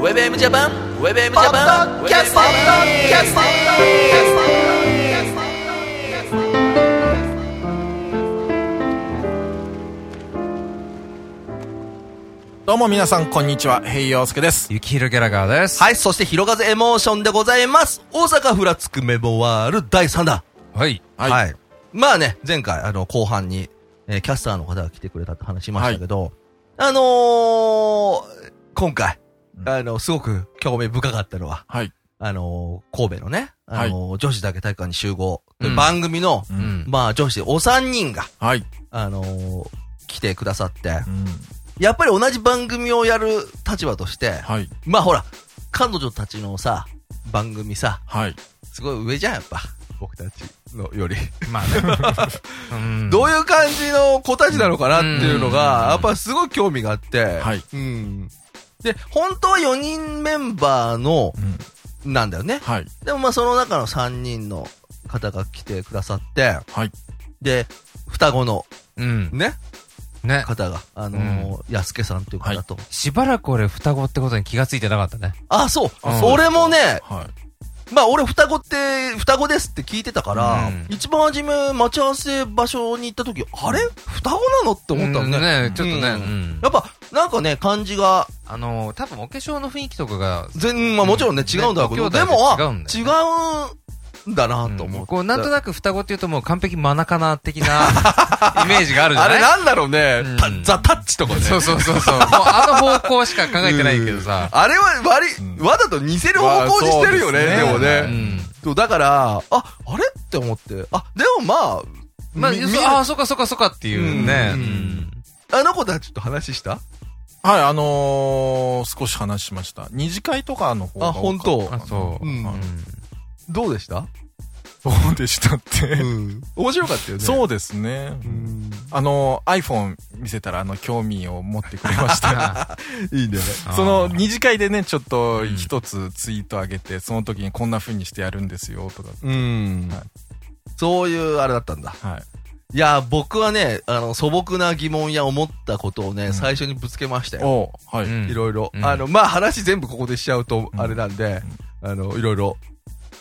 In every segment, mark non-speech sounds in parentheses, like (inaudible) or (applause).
ウェブエムジャパンウェブエムジャパンキャスティングキャスティングどうも皆さん、こんにちは。平洋介です。ゆきひろギャラガーです。はい、そして、ひろがずエモーションでございます。大阪ふらつくメモワール第3弾。はい。はいまあね、前回、あの、後半に、えーキャスターの方が来てくれたって話しましたけど、あのー、今回、うんあの、すごく興味深かったのは、はい。あのー、神戸のね、あのー女子だけ体育館に集合、という番組の、う。うんまあ、女子お三人が、はい。あのー来てくださって、うん。やっぱり同じ番組をやる立場として、はい。まあほら、彼女たちのさ、番組さ、はい。すごい上じゃん、やっぱ。僕たちのより。まあ (laughs) ね。うんどういう感じの子たちなのかなっていうのうがん、やっぱすごい興味があって。はいうん。で、本当は4人メンバーの、うん。なんだよね。はい。でもまあその中の3人の方が来てくださって、はい。で、双子のうん。ね、ね。方が、あのー、やすけさんという方と。しばらく俺双子ってことに気がついてなかったね。あ、そう。あそう俺もね、はい。まあ俺双子って、双子ですって聞いてたから、うん一番初め待ち合わせ場所に行った時、あれ双子なのって思ったのね。ね。ちょっとね。うんうんやっぱ、なんかね、感じが、あのー、多分お化粧の雰囲気とかが、全、まあもちろんね、違うんだろうけど、ねでも、兄あ弟、って違違うんだなと思うっんて。こう、なんとなく双子っていうともう完璧マナカ (laughs) ナ的なイメージがあるじゃあないれなんだろうねうん、たザ・タッチとかね。そうそうそうそう。もうあの方向しか考えてないけどさ。あれは割り、うんわざと似せる方向にしてるよね、まあでもそうですねね。うん。そうだから、あ、あれって思って。あ、でもまあ、まあ、みそうみああ、そっかそっかそっかっていうね。うんあの子たちと話したはい、あのー、少し話しました。二次会とかの方があ、多本かっ当うん。あ、そう。ううんんどうでしたた。そうでしたって。面白かったよね。そうですね。うん。あのー、iPhone 見せたら、あの、興味を持ってくれました。あいいね。ーその、二次会でね、ちょっとうん一つツイートあげて、その時にこんな風にしてやるんですよ、とか。うんはいそういうあれだったんだ。はい。いや、僕はね、あの、素朴な疑問や思ったことをね、ん最初にぶつけましたよ。おはい。うんいろいろ。うんあの、まあ、話全部ここでしちゃうと、うんあれなんで、あの、いろいろ。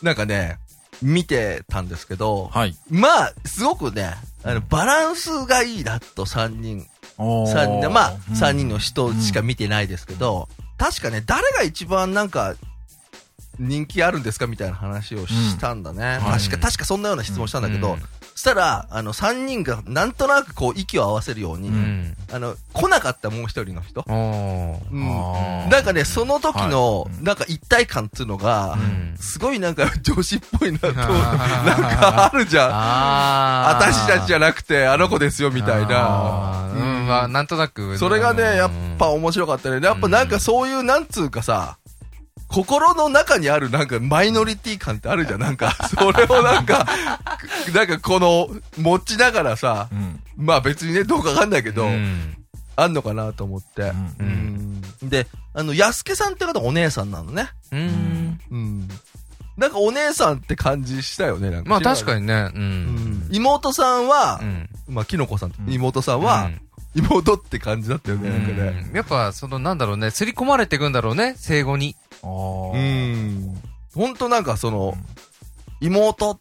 なんかね、見てたんですけど、はい。まあ、すごくね、あの、バランスがいいなと3人、おー三人で、まあ、うん3人の人しか見てないですけど、確かね、誰が一番なんか、人気あるんですかみたいな話をしたんだね。うんはい確か、確かそんなような質問したんだけど、うんそしたら、あの、3人がなんとなくこう、息を合わせるように、うん。あの、来なかったもう一人の人。おー。うん。あーなんかね、その時の、はいなんか一体感っていうのが、うんすごいなんか女子っぽいなと、なんあーかあるじゃん。ああ。私たちじゃななくて、あの子ですよ、みたいな。うん、まあ、なんとなく。それがね、うんやっぱ、面白かったね。やっぱなんかそういう、なんつうかさ、心の中にあるなんかマイノリティ感ってある (laughs) じゃん。なんか、それをなんか、なんかこの、持ちながらさう、ん。まあ別にね、どうかわかんないけど、うんあんのかなと思って。うんんで、あの、やすけさんって方がお姉さんなのね。うん。うん。なんかお姉さんって感じしたよね、なんか。まあ、確に。かにね、ううんん。。妹さんはう、んまあ、きのこさんと、うん妹さんは、妹って感じだったようね、なんかね。んやっぱ、その、なんだろうね、刷り込まれていくんだろうね、生後に。あーうん。ほんとなんかその、妹、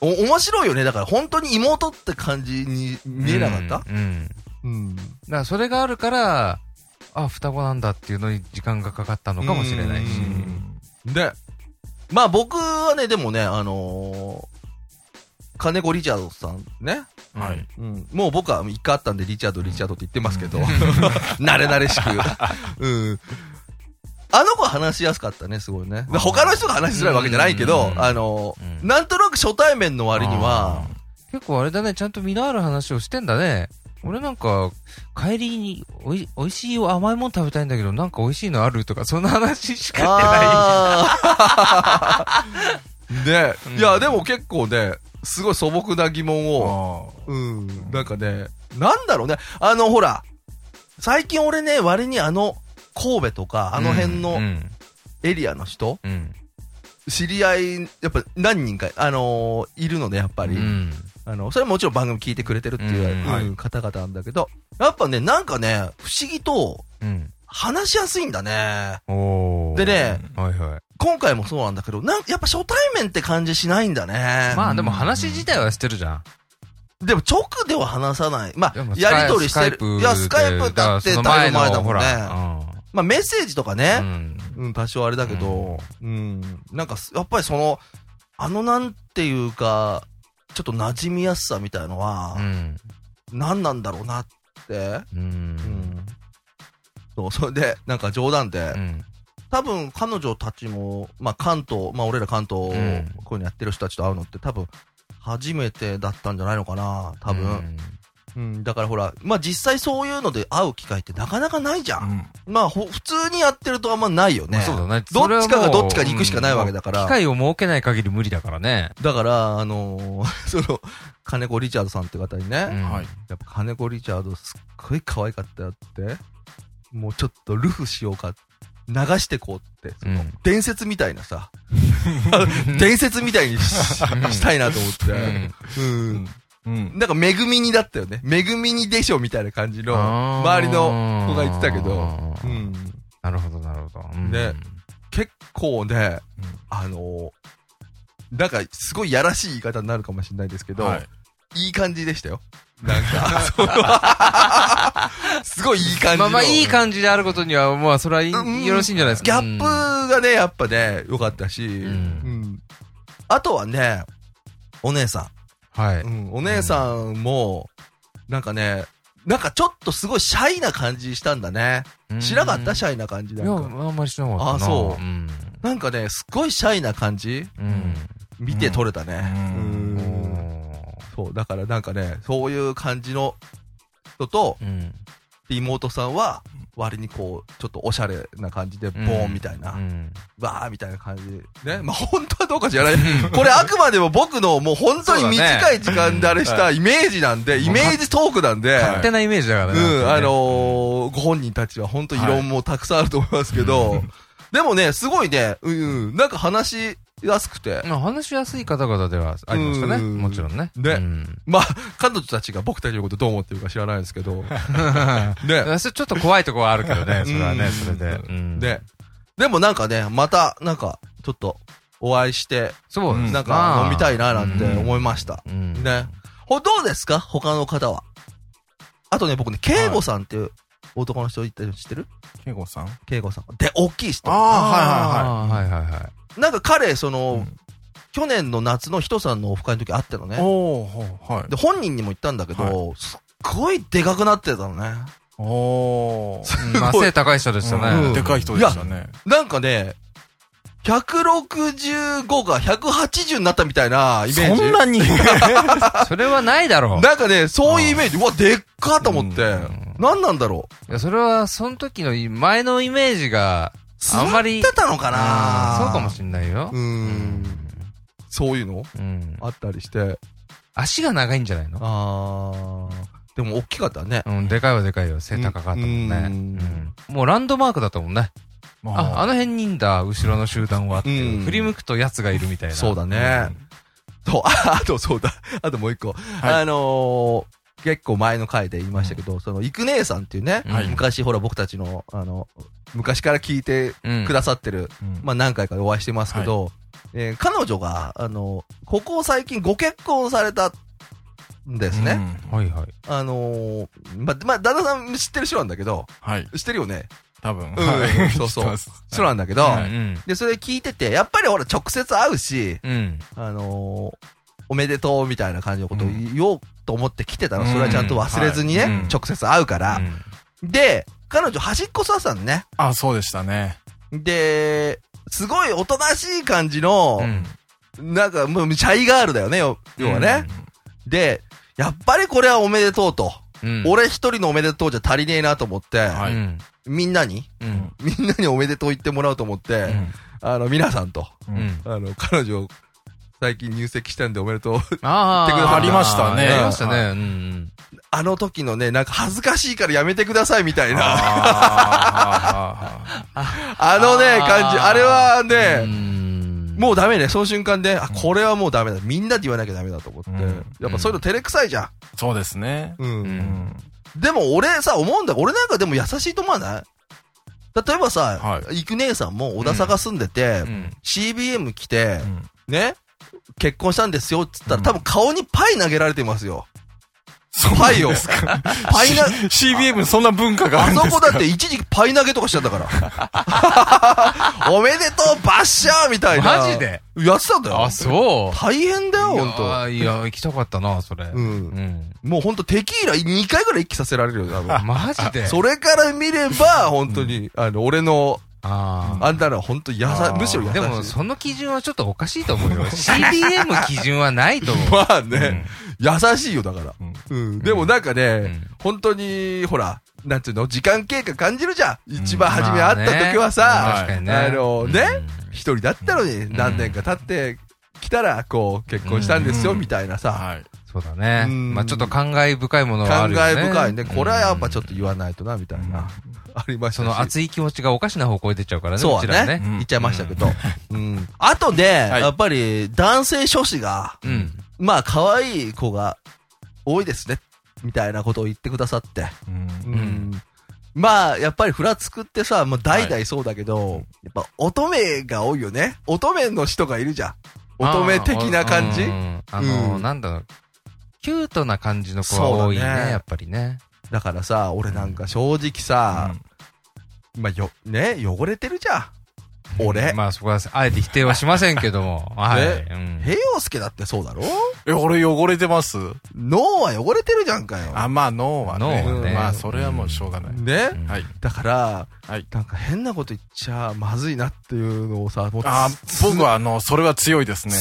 お、面白いよね。だから本当に妹って感じに見えなかったうんうん。だかうん。ら、それがあるから、あ、双子なんだっていうのに時間がかかったのかもしれないし。うんで、まあ僕はね、でもね、あのー金子リチャードさんね。うんはい。うん。もう僕は一回あったんで、リチャード、リチャードって言ってますけど、 (laughs) 慣れ慣れしく。うん。あの子は話しやすかったね、すごいね。で他の人が話しづらいわけじゃないけどう、んあのーうんなんとなく初対面の割には、結構あれだね、ちゃんと身のある話をしてんだね。俺なんか、帰りにおい、おいしい甘いもん食べたいんだけど、なんかおいしいのあるとか、そんな話しかしあー (laughs) ね、うんいや、でも結構ね、すごい素朴な疑問を、あうん、なんかね、なんだろうね、あの、ほら、最近俺ね、割にあの、神戸とか、あてなのい。辺のうん。エリアの人、うん。知り合い、やっぱ何人か、あのーいるので、やっぱうり。ん。あの、それはもちろん番組聞いてくれてるっていうう、んうん方々なんだけど、やっぱね、なんかね、不思議と、うん。話しやすいんだね。おーでね、はいはい。今回もそうなんだけど、なんやっぱ初対面って感じしないんだね。まあでも話自体はしてるじゃん。でも直では話さない。までもあ、スカイやりとりしてスカイる。プいや、スカイプだってだいぶ前だもんね。ね。まあ、メッセージとかうね、ん。うん、多少あれだけど、うん、なんかす、やっぱりその、あの、なんていうか、ちょっと馴染みやすさみたいのはう、ん。何なんだろうなって、うん。うんうん。そう、それで、なんか冗談でう、ん。多分彼女たちも、まあ関東、まあ俺ら関東、うんこういうのやってる人たちと会うのって多分、初めてだったんじゃないのかな、多分。うん、だからほら、まあ実際そういうので会う機会ってなかなかないじゃ。うんん。まあほ普通にやってるとあんまないよね。まあそうだね。どっちかがそれはもうどっちかに行くしかないわけだからうん機会を設けない限り無理だからね。だから、あのー (laughs) その、金子リチャードさんって方にね、うんはい。やっぱ金子リチャードすっごい可愛かったよって、もうちょっとルフしようか、流してこうって、そのうん伝説みたいなさ、伝説みたいにししたいなと思って、うん。うん。なんか恵みにだったよね。恵みにでしょみたいな感じの、周りの子が言ってたけど、ううんん。なるほど、なるほど。うんね結構ね、うんあのーなんかすごいやらしい言い方になるかもしれないですけど、はいい、い感じでしたよ。なんか、そのすごいいい感じの。まあまあ、いい感じであることには、まあ、それはいいうんよろしいんじゃないですギャか。ップがね、やっぱね、良かったし、ううんんあとはね、お姉さプはいん。う。ん、お姉さんも、なんかね、なんかちょっとすごいシャイな感じしたんだね。うんしなかったいシャイな感じなや、んか。あんまりしなかったな。あそううん。なんかね、すごいシャイな感じうん。見て取れたね。ううんそう、だからなんかね、そういう感じの人と、うん。妹さんは、割にこう、ちょっとおしゃれな感じで、ボーンみたいな。うん。わーみたいな感じで。ね。まあ、本当はどうか知らない。これあくまでも僕のもう本当に短い時間であれしたイメージなんで、イメージトークなんで、勝手なイメージだからね。うん、あなんかねのー、ご本人たちは本当異論もたくさんあると思いますけど、でもね、すごいね、うんうん、なんか話しやすくて、まあ話しやすい方々ではありましたね。うんもちろんね。ねうんまあ、彼女たちが僕たちのことどう思ってるか知らないですけ (laughs) ど、ね、それちょっと怖いとこはあるけどね、それはうね、んそれで。うんね、でもなんかね、また、なんか、ちょっと、お会いして、そうですなんか飲みたいななんてうん思いました。うんね。ほ、どうですか他の方は。あとね、僕ね、ケイゴさんっていう男の人いてる知ってるケイゴさんあケイゴさん。で、大きい人。あ、あーはいはいはなんか彼、その、うん去年の夏のヒトさんのオフ会の時会ったのはいはいはい。ね。おおはいで、。本人にも言ったんだけど、すっごいでかくなってたのね。おーい。 (laughs) まあ、背高い人でしたうねん。でかい人でしたね。なんかね、165が180になったみたいなイメージ。そんな (laughs) にそれはないだろう。なんかね、そういうイメージ、うわ、でっかと思って。うん何なんだろういや、それは、その時の前のイメージが、あんまり座ってたのかなそうかもしんないよう。ん。そういうのうんあったりして。足が長いんじゃないのあー。でも大きかったね。うん、でかいはでかいよ。背高かったもんね。ううんんもうランドマークだったもんね。あ、まあの辺にいんだ、後ろの集団はっていううん振り向くと奴がいるみたいな。そうだね。と、ああとそうだ。あともう一個。いあのー、結構前の回で言いましたけど、その、イク姉さんっていうね、はい昔ほら僕たちの、あの、昔から聞いてうん。くださってる、うんまあ何回かお会いしてますけど、えー彼女が、あの、ここ最近ご結婚されたんですね。。うんはいはい。あのー、ま、まあ、旦那さん知ってる人なんだけど、はい。知ってるよね。多分。うんはいそうそ知ってう (laughs) ます人なんだけど、はいうん。で、それ聞いてて、やっぱりほら直接会うし、うん。あのーおめでとうみたいな感じのことを言おうと思って来てたの。うんそれはちゃんと忘れずにね、はいうん直接会うから。で、彼女端っこ座ったのね。あ、そうでしたね。で、すごいおとなしい感じのう、ん。なんかもうシャイガールだよね、よ要はね、で、やっぱりこれはおめでとうと。うん。俺一人のおめでとうじゃ足りねえなと思って、はいうん。みんなに、 (laughs) うん。みんなにおめでとう言ってもらおうと思って、うんあの、皆さんと、う。うんん。あの、彼女、最近入籍したんでおめでとう (laughs) あ言ってくだあ。さありましたねありましたはね。うん。あの時のね、なんか恥ずかしいからやめてくださいみたいな、ああのね、あー感じ。あれはうね、んもうダメね、その瞬間で、あ、これはもうダメだ。みんなで言わなきゃダメだと思って。うんやっぱそういうの照れくさいじゃーそうですね。ん。う。うんうんん。でも俺さ、思うんだ。俺なんかでも優しいと思わない例えばさ、はイク姉さんも小田坂住んでて、うん。 CBM 来てう、んね、結婚したんですよっつったら、うん多分顔にパイ投げられてますよ。そうパイを。です (laughs) か。パイな、 CBM そんな文化がああるんそですかこだって一時期パイ投げとかしちゃったか (laughs) ら。おめでとう、バッシャーみたいな。マジでやってたんだよ。あ、そう。大変だよ、ほんあと。いや、行きたかったな、それ。う。うんん。もうほんとテキーラ2回ぐらい一気させられるよ、多分マジで。それから見れば、本当に、あの、俺の、ああ。あんたら本当優あーむしろ優しい。でも、その基準はちょっとおかしいと思う (laughs) よ。CBM 基準はないと思う。まあね、優しいよ、だから。うんうん。でもなんかうねん、本当に、ほら、なんていうの、時間経過感じるじゃん。一番初め会った時はまあねさ、確かにね。あの、ねうん一人だったのに、何年か経ってきたら、こう、結婚したんですよ、うんみたいなさ。はい。そうだね。うんまあちょっと感慨深いものはあ感るよね。慨深いね。これはやっぱちょっと。と言わないとな、みたいな。ありましたそしの熱い気持ちがおかしな方向へ出ちゃうからね、そうちらだはね。ね。言っちゃいましたけど。うん。あとね、はいやっぱり男性諸子が、うん。まあ可愛い子が多いですね、みたいなことを言ってくださって。うんんまあ、やっぱりフラつくってさ、もう代々そうだけど、やっぱ乙女が多いよね。乙女の人がいるじゃん。乙女的な感じあーうんあのうー、んなんだろう。キュートな感じのそ子うだはね多いね、やっぱりね。だからさ、俺なんか正直さ、まあよ、ね、汚れてるじゃん。俺。まあそこは、あえて否定はしませんけども。はい。ねうん平洋介だってそうだろえ、俺汚れてます脳は汚れてるじゃんかよ。あ、まあ脳はね。脳はねまあそれはもうしょうがない。ね、うんはい。だから、はいなんか変なこと言っちゃまずいなっていうのをさ、もうあ僕はあの、それは強いですね。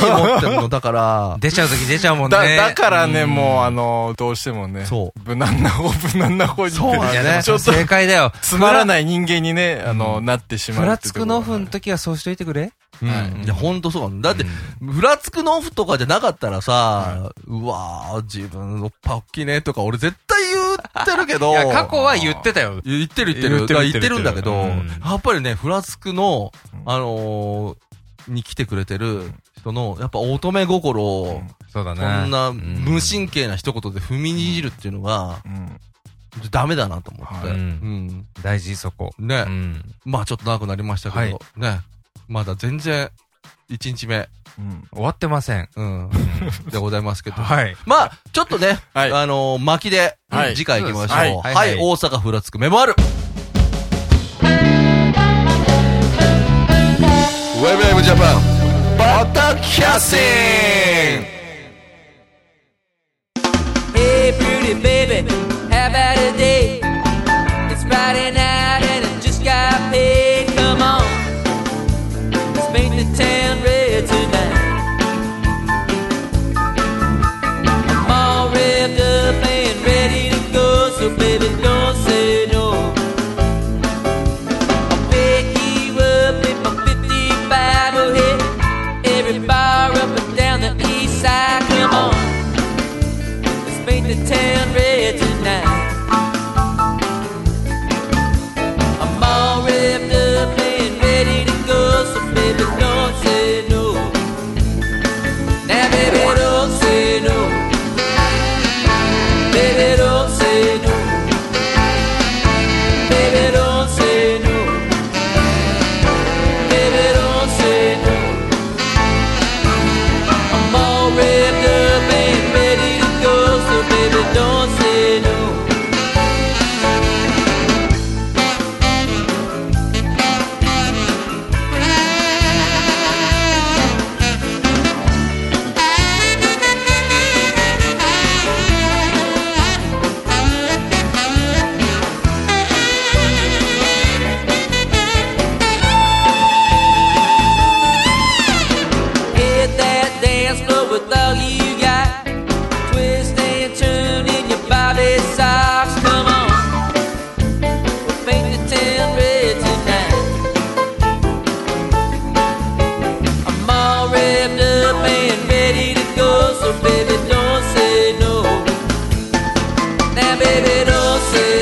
常に思ってるの。だ (laughs) から、出ちゃうとき出ちゃうもんね。だ、だからね、んもうあの、どうしてもね。。そう無難な方、 (laughs) 無難な方に。そうなんだいやねでもちょっと正解だよ。つまらない人間にね、あの、なってしまう。ふらつくのふん。時はそうしといてくれ。うんはいいや、ほんとそうなんだ。だって、ふらつくのオフとかじゃなかったらさ、うわぁ、自分、おっぱおっきいねとか、俺絶対言ってるけど。いや、過去は言ってたよ。言ってる言ってる。言って言ってるる言言ってっるてるんだけど、うんやっぱりね、ふらつくのうん、あのー、に来てくれてる人の、やっぱ乙女心を、そうだね。そんなう無神経な一言で踏みにじるっていうのが、うん。ダメだなと思って。はいうん。大事そこ。ねう。ん。まあちょっと長くなりましたけど、はいね。まだ全然、1日目、うん。終わってません。うん、でございますけど。はい。まあ、ちょっとね、はいあのー巻きで、はい次回行きましょう。そうはでい、すはいはい大阪ふらつくメモある。ウェブウェブジャパン、バタキャスティン Hey, pretty baby, how about a day? It's Friday night and I just got paid. Come on, let's make the town red tonight. I'm all revved up and ready to go, so baby, don't say no. I'll pick you up in my 55 will hit every bar up and down the east side. Come on. Let's paint the town red tonight. I'm all revved up and ready to go, so baby, don't say no. Now, baby, don't say no. Baby, don't say no. Baby, don't say no. Baby, don't say no. I'm all revved up and ready to go, so baby, don't say no. Hit that dance floor with all you got. Twist and turn in your bobby socks. Come on, we'll paint the town red tonight. I'm all revved up and ready to go, so baby, don't say no. Now, baby, don't say Oh,